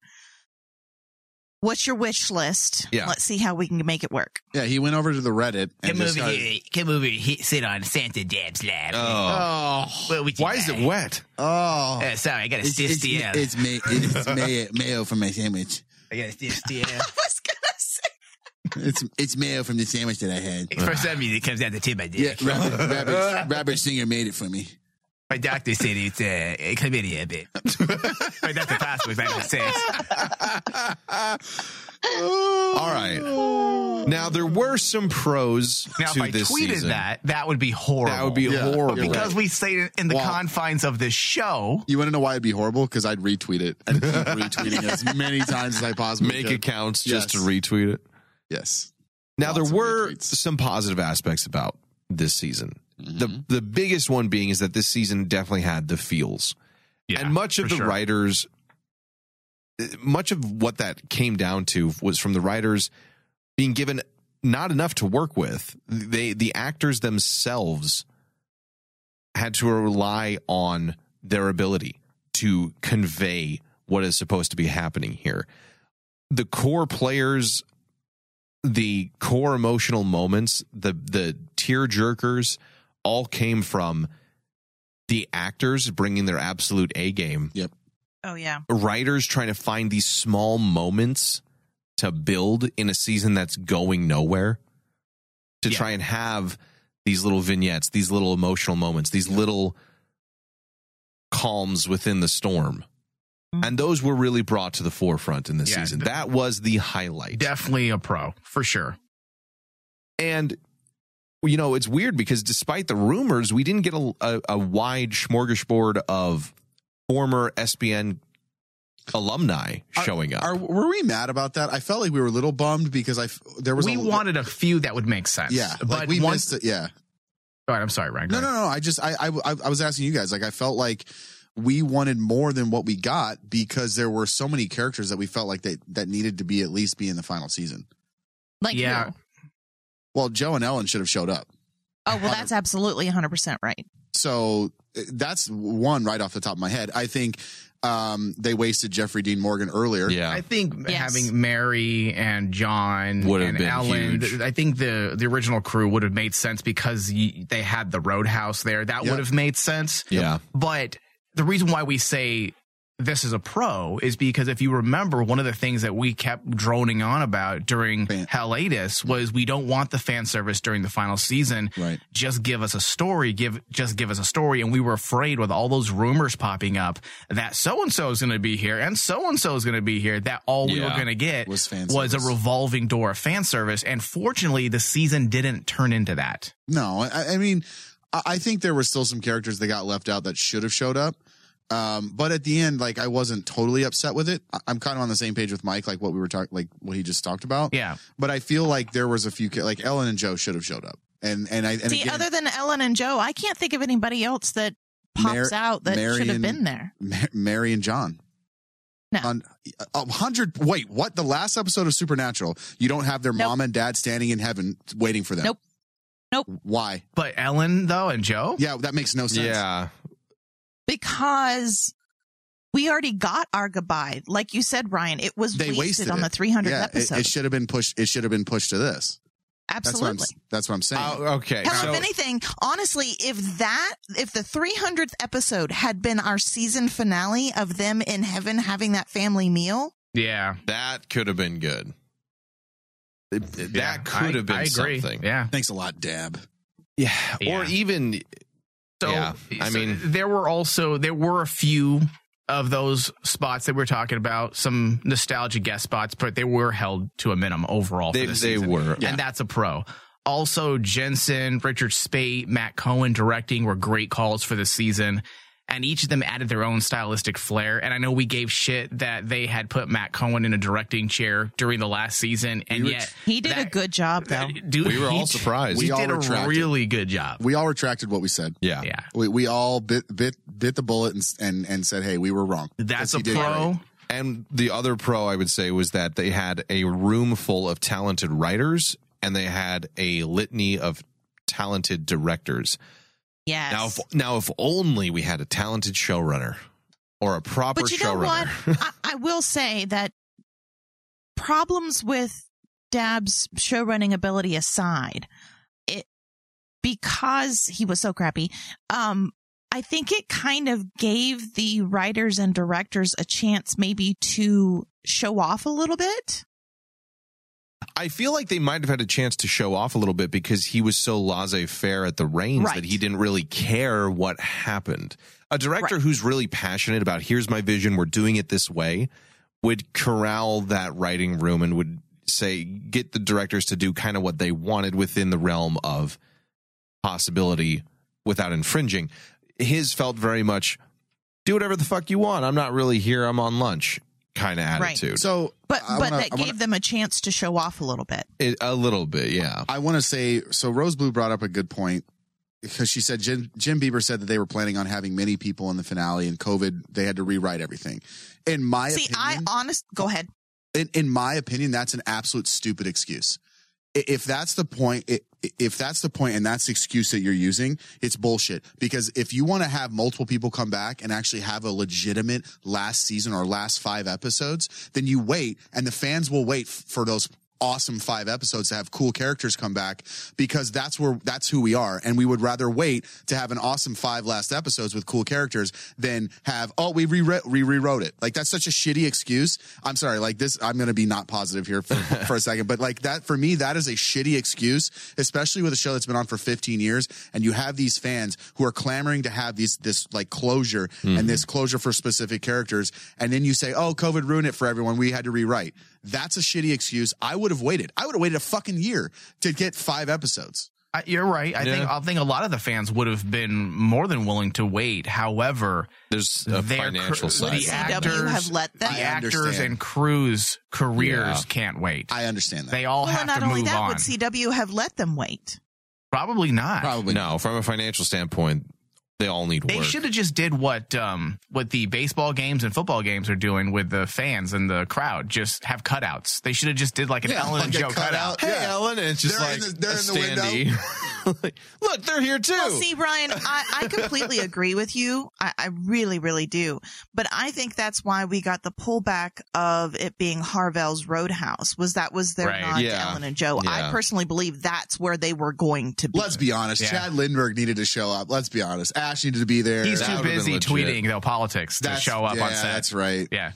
What's your wish list? Yeah. Let's see how we can make it work." Yeah, he went over to the Reddit and just started- Come over here. Sit on Santa Dab's lap. oh, oh, What would you why is it like? wet? oh. Uh, sorry, I got a it's, cystiel. it's, ma- it's mayo, mayo from my sandwich. I got a cystiel. I was gonna say, It's it's mayo from the sandwich that I had. For some reason, it comes out the tip of my Yeah, dick. Robert, Robert, Robert Singer made it for me. My doctor said it's uh, a chlamydia a bit. My doctor Pass was like, six. All right. Now, there were some pros Now, to if I tweeted this season. that, that would be horrible. that would be Yeah, horrible. you're because we stayed in- in the Wow. confines of this show. You want to know why it'd be horrible? Because I'd retweet it and keep retweeting it as many times as I possibly Make could. accounts just to Yes. retweet it. Yes. Now Lots there of were retweets. some positive aspects about this season. Mm-hmm. The the biggest one being is that this season definitely had the feels. and much of for the sure. writers much of what that came down to was from the writers being given not enough to work with. They the actors themselves had to rely on their ability to convey what is supposed to be happening here. The core players, the core emotional moments, the the tear jerkers all came from the actors bringing their absolute A game "Oh yeah, writers trying to find these small moments to build in a season that's going nowhere to Yeah. try and have these little vignettes, these little emotional moments, these little calms within the storm. Mhm. And those were really brought to the forefront in this Yeah, season. the- that was the highlight. Definitely a pro, for sure. And you know, it's weird because despite the rumors, we didn't get a, a, a wide smorgasbord of former SBN alumni Are- showing up. Are, were we mad about that? I felt like we were a little bummed because I f- there was we a, wanted a few that would make sense. yeah, but like we once. missed it. Yeah, All right, I'm sorry, Ryan. go no, ahead. no, no. I just I, I I I was asking you guys. Like I felt like we wanted more than what we got because there were so many characters that we felt like that that needed to be at least be in the final season. like Yeah. who? Well, Joe and Ellen should have showed up. Oh well, that's absolutely 100 percent right. So uh, that's one right off the top of my head. I think um, they wasted Jeffrey Dean Morgan earlier. yeah. I think Yes. having Mary and John Would have and been Ellen, huge. I think the the original crew would have made sense because y they had the roadhouse there. That Yeah. would have made sense. Yeah. But the reason why we say this is a pro is because if you remember, one of the things that we kept droning on about during Fan- hiatus was we don't want the fan service during the final season. Right. Just give us a story. Give just give us a story. And we were afraid with all those rumors popping up that so and so is going to be here and so and so is going to be here. That all we Yeah. were going to get Was fan was a service. revolving door of fan service. And fortunately, the season didn't turn into that. No, I, I mean, I, I think there were still some characters that got left out that should have showed up. Um, but at the end, like I wasn't totally upset with it. I, I'm kind of on the same page with Mike, like what we were talking, like what he just talked about. Yeah. But I feel like there was a few, ca- like Ellen and Joe should have showed up, and and I and See, again, other than Ellen and Joe, I can't think of anybody else that pops Mar- out that should Marion- have been there. Ma- Mary and John. No. On a hundred. Wait, what? The last episode of Supernatural, you don't have their Nope. mom and dad standing in heaven waiting for them. Nope. Nope. Why? But Ellen, though, and Joe. Yeah, that makes no sense. Yeah. because we already got our goodbye. Like you said, Ryan, it was They wasted, wasted on it. the 300 Yeah, it- episode. it, should have been pushed. It should have been pushed to this. That's what I'm. Absolutely. That's what I'm saying. Uh, Oh, okay. Hell, so if anything, honestly, if that, if the 300th episode had been our season finale of them in heaven having that family meal, Yeah. that could have been good. That Yeah, could I- have been I agree. something. Yeah. Thanks a lot, Dab. Yeah. Or Yeah. even So, Yeah, I I mean- mean, there were also there were a few of those spots that we're talking about, some nostalgia guest spots, but they were held to a minimum overall. they, for this they season. were. and that's a pro. Also, Jensen, Richard Spate, Matt Cohen directing were great calls for the season. and each of them added their own stylistic flair. And I know we gave shit that they had put Matt Cohen in a directing chair during the last season, and yet He did a that- good job, though. Dude, We were he all did- surprised. He We all did a retracted. really good job. We all retracted what we said. Yeah. Yeah, We, we all bit bit bit the bullet and s- and, and said, "Hey, we were wrong." Because that's a he did pro. great. And the other pro I would say was that they had a room full of talented writers and they had a litany of talented directors. Yes. Now, if, now, if only we had a talented showrunner or a proper but you know what? showrunner. I, I will say that problems with Dab's showrunning ability aside, it because he was so crappy. Um, I think it kind of gave the writers and directors a chance, maybe to show off a little bit. I feel like they might have had a chance to show off a little bit because he was so laissez faire at the reins Right. that he didn't really care what happened. A director Right. who's really passionate about here's my vision, we're doing it this way, would corral that writing room and would say get the directors to do kind of what they wanted within the realm of possibility without infringing. His felt very much do whatever the fuck you want. I'm not really here. I'm on lunch kind of Right. attitude. So, But I but wanna- that I gave wanna- them a chance to show off a little bit. It- a little bit, yeah. I want to say so. Rose Blue brought up a good point because she said Jim, Jim Bieber said that they were planning on having many people in the finale, and COVID they had to rewrite everything. In my See, I opinion, honest, go ahead. in, in my opinion, that's an absolute stupid excuse. I- If that's the point, i- if that's the point, and that's the excuse that you're using, it's bullshit. Because if you want to have multiple people come back and actually have a legitimate last season or last five episodes, then you wait, and the fans will wait f- for those awesome five episodes to have cool characters come back because that's where that's who we are and we would rather wait to have an awesome five last episodes with cool characters than have oh we re we rewrote it like that's such a shitty excuse i'm sorry like this i'm going to be not positive here for, for a second but like that for me that is a shitty excuse especially with a show that's been on for 15 years and you have these fans who are clamoring to have these this like closure Mm-hmm. and this closure for specific characters and then you say oh covid ruined it for everyone we had to rewrite that's a shitty excuse. I would have waited. I would have waited a fucking year to get five episodes. I, you're right. I think Yeah. I think a lot of the fans would have been more than willing to wait. However, There's a Their financial cur- side. the to it. act- CW actors- have let them. I the actors understand. and crews' careers Yeah. can't wait. I understand that. they all well, have and not to only move that, on. would CW have let them wait? Probably not. Probably no, from a financial standpoint, they all need They work. should have just did what um what the baseball games and football games are doing with the fans and the crowd. Just have cutouts. They should have just did like an Yeah, Ellen and like a Joe cutout. cutout. Hey, Yeah. Ellen, and it's just They're like in the- they're a in the window. standee. Look, they're here too. Well, see, Brian, I, I completely agree with you. I, I really, really do. But I think that's why we got the pullback of it being Harvell's Roadhouse. Was that was their Right. nod Yeah. to Ellen and Joe? Yeah. I personally believe that's where they were going to be. Let's be honest. Yeah. Chad Lindbergh needed to show up. Let's be honest. Ash needed to be there. He's That too would have busy been legit. tweeting though politics to show up yeah, on set. That's right. Yeah,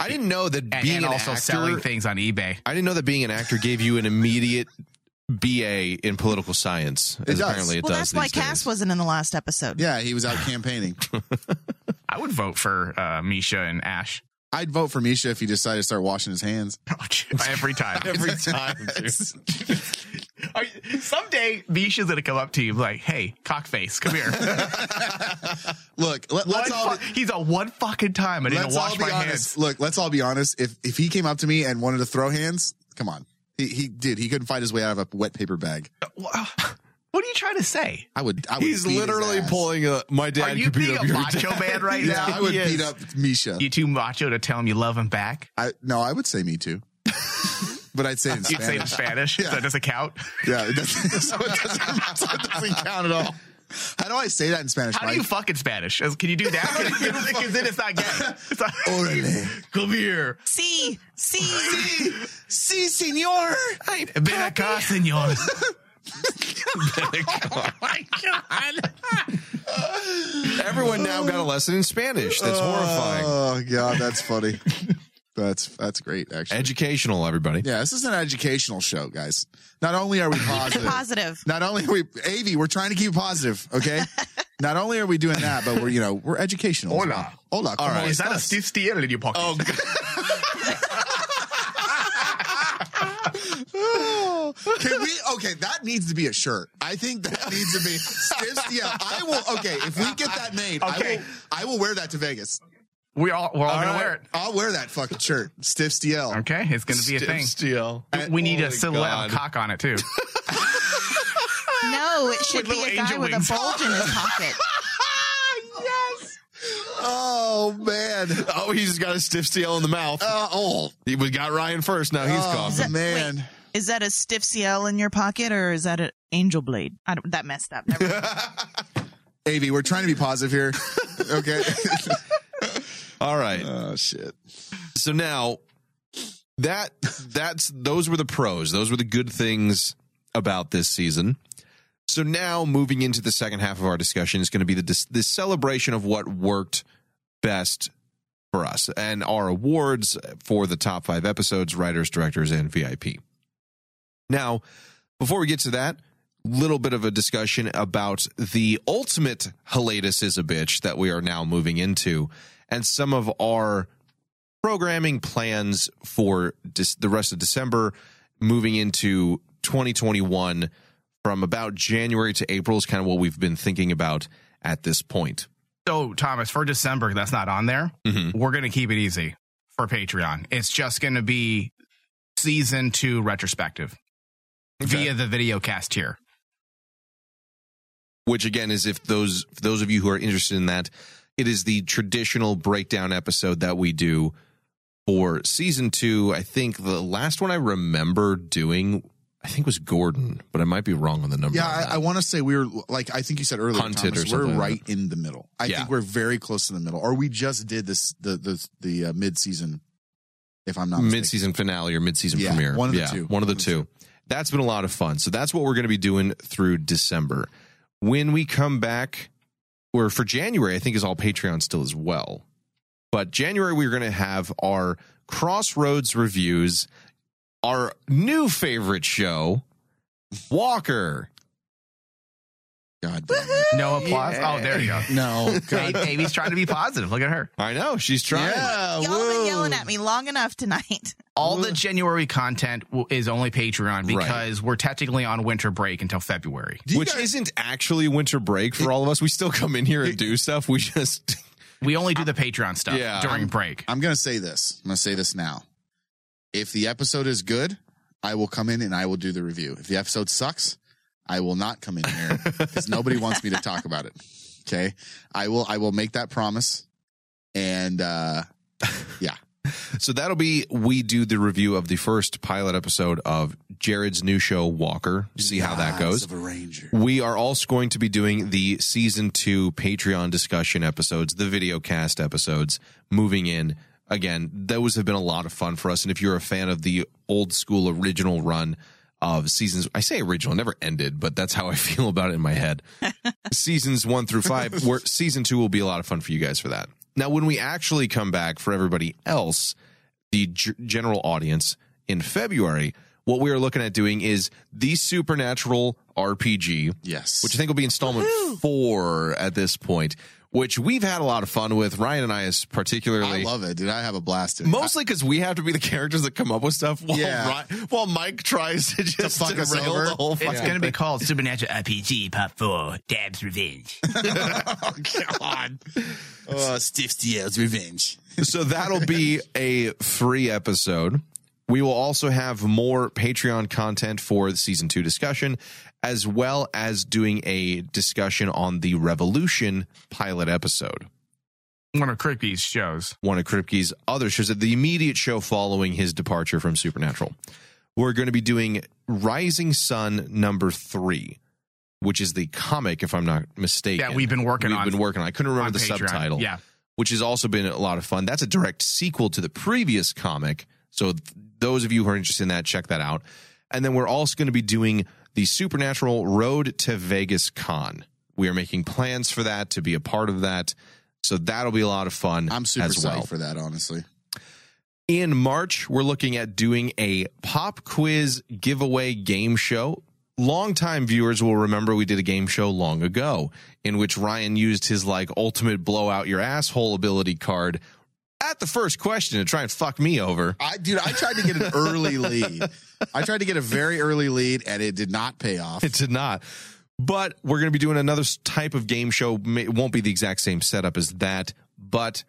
I didn't know that and, being and an also actor. selling things on eBay. I didn't know that being an actor gave you an immediate BA in political science. It as does. Apparently, it well, does. that's why these days. Cass wasn't in the last episode. Yeah, he was out campaigning. I would vote for uh, Misha and Ash I'd vote for Misha if he decided to start washing his hands. every time. every time. dude. Are you- someday Misha's gonna come up to you like, "Hey, cockface, come here." Look, let, One let's all. fu- he's a one fucking time. I didn't Let's all wash be my honest. hands. Look, let's all be honest. If if he came up to me and wanted to throw hands, come on, he, he dude, he couldn't find his way out of a wet paper bag. Wha- What are you trying to say? I would. I would He's beat his literally ass. pulling a. My dad Are you could beat being up a your macho dad. man right Yeah, now? I would Yes. beat up Misha. You too macho to tell him you love him back? I no, I would say me too. but I'd say in You'd say in Spanish. Spanish, so it doesn't count. yeah, it doesn't, so, it doesn't, so it doesn't count at all. How do I say that in Spanish, How do Mike? you fuck in Spanish? As- Can you do that? Because then it's not gay. It's not- Órale. Come here. See, see, Si, senor. Ven acá, senor. Oh Everyone now got a lesson in Spanish. Uh, That's horrifying. Oh god, that's funny. that's that's great actually. Educational, everybody. yeah, this is an educational show, guys. Not only are we keep it positive, positive. not only are we Avi, we're trying to keep it positive, okay? not only are we doing that, but we're you know we're educational. as Hola. well. hola, All como right. Is that a estas? Steve Steele in your pocket? Oh, Can we? Okay, that needs to be a shirt. I think that needs to be. Stiffs, yeah, I will. Okay, if we get that made, Okay. I, will, I will wear that to Vegas. We all we're all, gonna right. wear it. I'll wear that fucking shirt. Stiffs DL. Okay, it's gonna be a thing. Steel. we need Oh my a silhouette God. of cock on it too. No, it should With be little a guy angel with wings. a bulge in his pocket. Ah, Oh man. Oh, he's got a stiff steel in the mouth. Uh, oh, He we got Ryan first. Now he's oh, coughing. man. Is that a stiff CL in your pocket or is that an angel blade? I don't, that messed up. Never mind. Av, we're trying to be positive here. Okay. All right. oh shit. so now that that's those were the pros those were the good things about this season so now moving into the second half of our discussion is going to be the dis- the celebration of what worked best for us and our awards for the top 5 episodes writers directors and VIP now before we get to that little bit of a discussion about the ultimate hiatus is a bitch that we are now moving into and some of our programming plans for dis- the rest of December, moving into 2021 from about January to April is kind of what we've been thinking about at this point. So Thomas, for December, that's not on there. Mhm. We're gonna keep it easy for Patreon. It's just gonna be season two retrospective via the video cast here. Which again is if those for those of you who are interested in that, it is the traditional breakdown episode that we do for season two. I think the last one I remember doing, I think was Gordon, but I might be wrong on the number. Yeah, on that. I, I want to say we were like I think you said earlier, Hunted Thomas, or we're something like right in the middle. I Yeah. think we're very close to the middle, or we just did this the the the uh, mid season. If I'm not mistaken. mid-season finale or mid-season Yeah, premiere. one of the Yeah, two. One of the One of the two. That's been a lot of fun. So that's what we're going to be doing through December. When we come back, or for January, I think is all Patreon still as well. But January, we're going to have our Crossroads reviews, our new favorite show, Walker. God damn it. No applause. Oh, there you go. No, Hey, Davey's trying to be positive. Look at her. I know she's trying. Yeah, Y'all whoa. been yelling at me long enough tonight. All the January content w- is only Patreon because we're technically on winter break until February. Do you Which guys- isn't actually winter break for all of us. We still come in here and do stuff. We just We only do the Patreon stuff Yeah. during break. I'm gonna say this. I'm gonna say this now. If the episode is good, I will come in and I will do the review. If the episode sucks, I will not come in here because nobody wants me to talk about it. Okay, I will. I will make that promise. And uh So that'll be we do the review of the first pilot episode of Jared's new show Walker. See how that Eyes goes. Hmm. Of a ranger. We are also going to be doing the season 2 Patreon discussion episodes, the video cast episodes moving in. Again, those have been a lot of fun for us and if you're a fan of the old school original run of seasons, I say original, it never ended, but that's how I feel about it in my head seasons one through five. where season two will be a lot of fun for you guys for that. Now, when we actually come back for everybody else, the g- general audience in February, what we are looking at doing is the Supernatural RPG, Yes. which I think will be installment four at this point, which we've had a lot of fun with. Ryan and I, is I particularly. love it, dude. I have a blast. Doing Mostly because we have to be the characters that come up with stuff while, Yeah. Ry- while Mike tries to just fuck us derail over. the whole It's fucking going to be thing. called Supernatural RPG Part 4 Dab's Revenge. oh God. Uh, Stiff Steel's revenge. so that'll be a free episode. We will also have more Patreon content for the season two discussion, as well as doing a discussion on the Revolution pilot episode, One of Creepy's shows. one of Kripke's other shows, the immediate show following his departure from Supernatural. We're going to be doing Rising Sun number three, which is the comic, if I'm not mistaken. That we've been working We've on been working on. I couldn't on remember the Patreon. subtitle Yeah. which has also been a lot of fun. That's a direct sequel to the previous comic. So th- those of you who are interested in that, check that out. And then we're also going to be doing the Supernatural Road to Vegas Con. We are making plans for that to be a part of that. So that'll be a lot of fun. I'm super as well. psyched for that, honestly. In March, we're looking at doing a pop quiz giveaway game show. Longtime viewers will remember we did a game show long ago in which Ryan used his like ultimate blow out your asshole ability card at the first question to try and fuck me over. I dude, I tried to get an early lead. I tried to get a very early lead, and it did not pay off. It did not. But we're going to be doing another s- type of game show. May- It won't be the exact same setup as that, but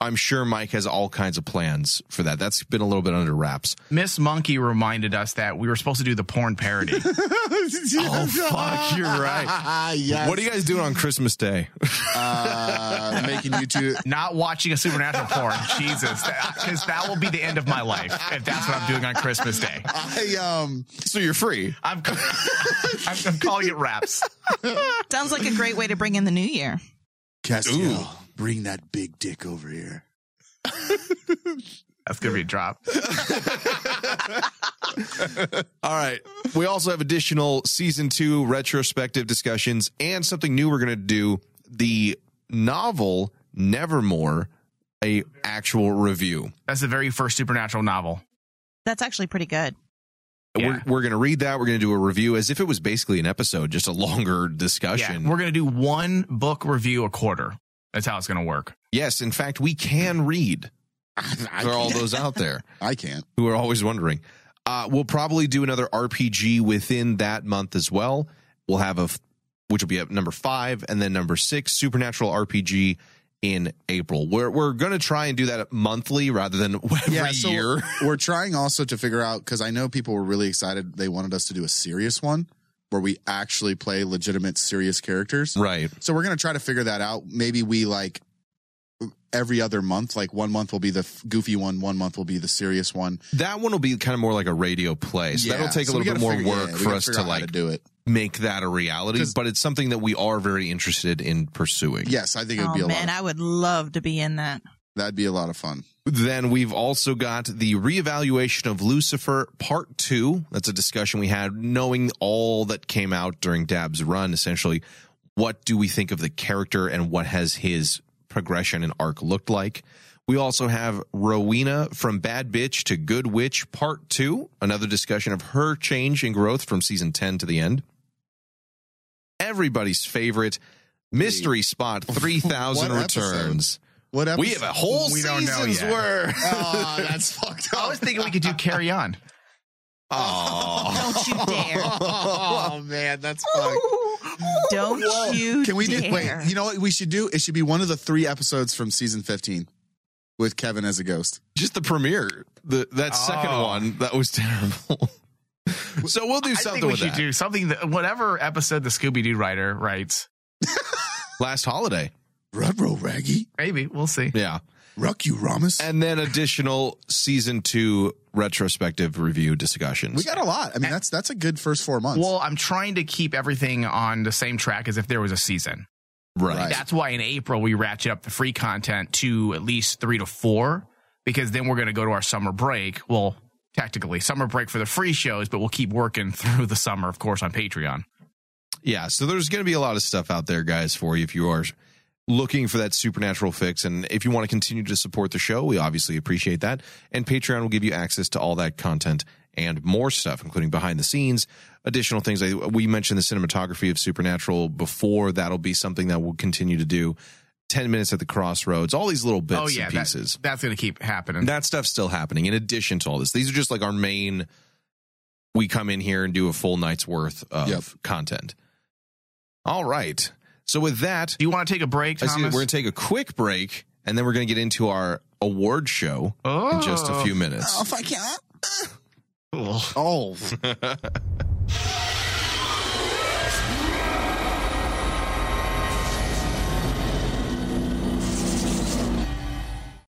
I'm sure Mike has all kinds of plans for that. That's been a little bit under wraps. Miss Monkey reminded us that we were supposed to do the porn parody. Oh, fuck, you're right. yes. What are you guys doing on Christmas Day? uh, making you two? Not watching a supernatural porn. Jesus. Because that, will be the end of my life if that's what I'm doing on Christmas Day. I um. so you're free. I'm, I'm, I'm calling it wraps. Sounds like a great way to bring in the new year. Castiel, bring that big dick over here. That's going to be a drop. All right. We also have additional season two retrospective discussions and something new we're going to do the novel Nevermore, a actual review. That's the very first supernatural novel. That's actually pretty good. Yeah. We're, we're going to read that. We're going to do a review as if it was basically an episode, just a longer Yeah, discussion. we're going to do one book review a quarter. That's how it's going to work. yes, in fact, we can read for all those out there I can't. who are always wondering. Uh, we'll probably do another RPG within that month as well. We'll have a, f- which will be at number five, and then number six, Supernatural RPG in April. We're we're going to try and do that monthly rather than every so year. We're trying also to figure out because I know people were really excited. They wanted us to do a serious one where we actually play legitimate serious characters. Right. So we're gonna try to figure that out. Maybe we like every other month. Like one month will be the f- goofy one. One month will be the serious one. That one will be kind of more like a radio play. So Yeah, that'll take a so we little bit gotta more figure- yeah, work we for gotta us figure to out how like do it. make that a reality, 'Cause- but it's something that we are very interested in pursuing. Yes, I think it would be Oh a man, lot. Of, I would love to be in that. that'd be a lot of fun. Then we've also got the reevaluation of Lucifer Part 2. That's a discussion we had, knowing all that came out during Dab's run, essentially. What do we think of the character and what has his progression and arc looked like? We also have Rowena from Bad Bitch to Good Witch Part 2, another discussion of her change and growth from season 10 to the end. Everybody's favorite mystery spot 3000 What episode? returns. What episode? We have a whole We don't know season's yet. worth. Oh, that's fucked I was up. thinking we could do Carry On. Aw. Don't you dare! Oh man, that's fucked. Don't you Can we dare! do? Wait, you know what we should do? It should be one of the three episodes from season fifteen with Kevin as a ghost. Just the premiere. The that second Oh. one that was terrible. so we'll do I something think we with should that. do something that whatever episode the Scooby Doo writer writes. Last holiday. Rudro Raggy, Maybe we'll see. Yeah. Ruck you Ramus. And then additional season 2 retrospective review discussions. we got a lot. I mean, that's that's a good first four months. Well, I'm trying to keep everything on the same track as if there was a season. right. Right. That's why in April we ratchet up the free content to at least three to four, because then we're going to go to our summer break. Well, technically, summer break for the free shows, but we'll keep working through the summer, of course, on Patreon. Yeah, so there's going to be a lot of stuff out there, guys, for you if you are looking for that supernatural fix. And if you want to continue to support the show, we obviously appreciate that. And Patreon will give you access to all that content and more stuff, including behind the scenes, additional things. I- We mentioned the cinematography of Supernatural before. That'll be something that we'll continue to do. 10 minutes at the crossroads, all these little bits oh yeah, and that- pieces that's going to keep happening. that stuff's still happening in addition to all this these are just like our main we come in here and do a full night's worth of Yep. content all right so with that do you want to take a break, I see that Thomas? we're going to take a quick break and then we're going to get into our award show in just a Oh. few minutes if I can't. Ugh. Oh,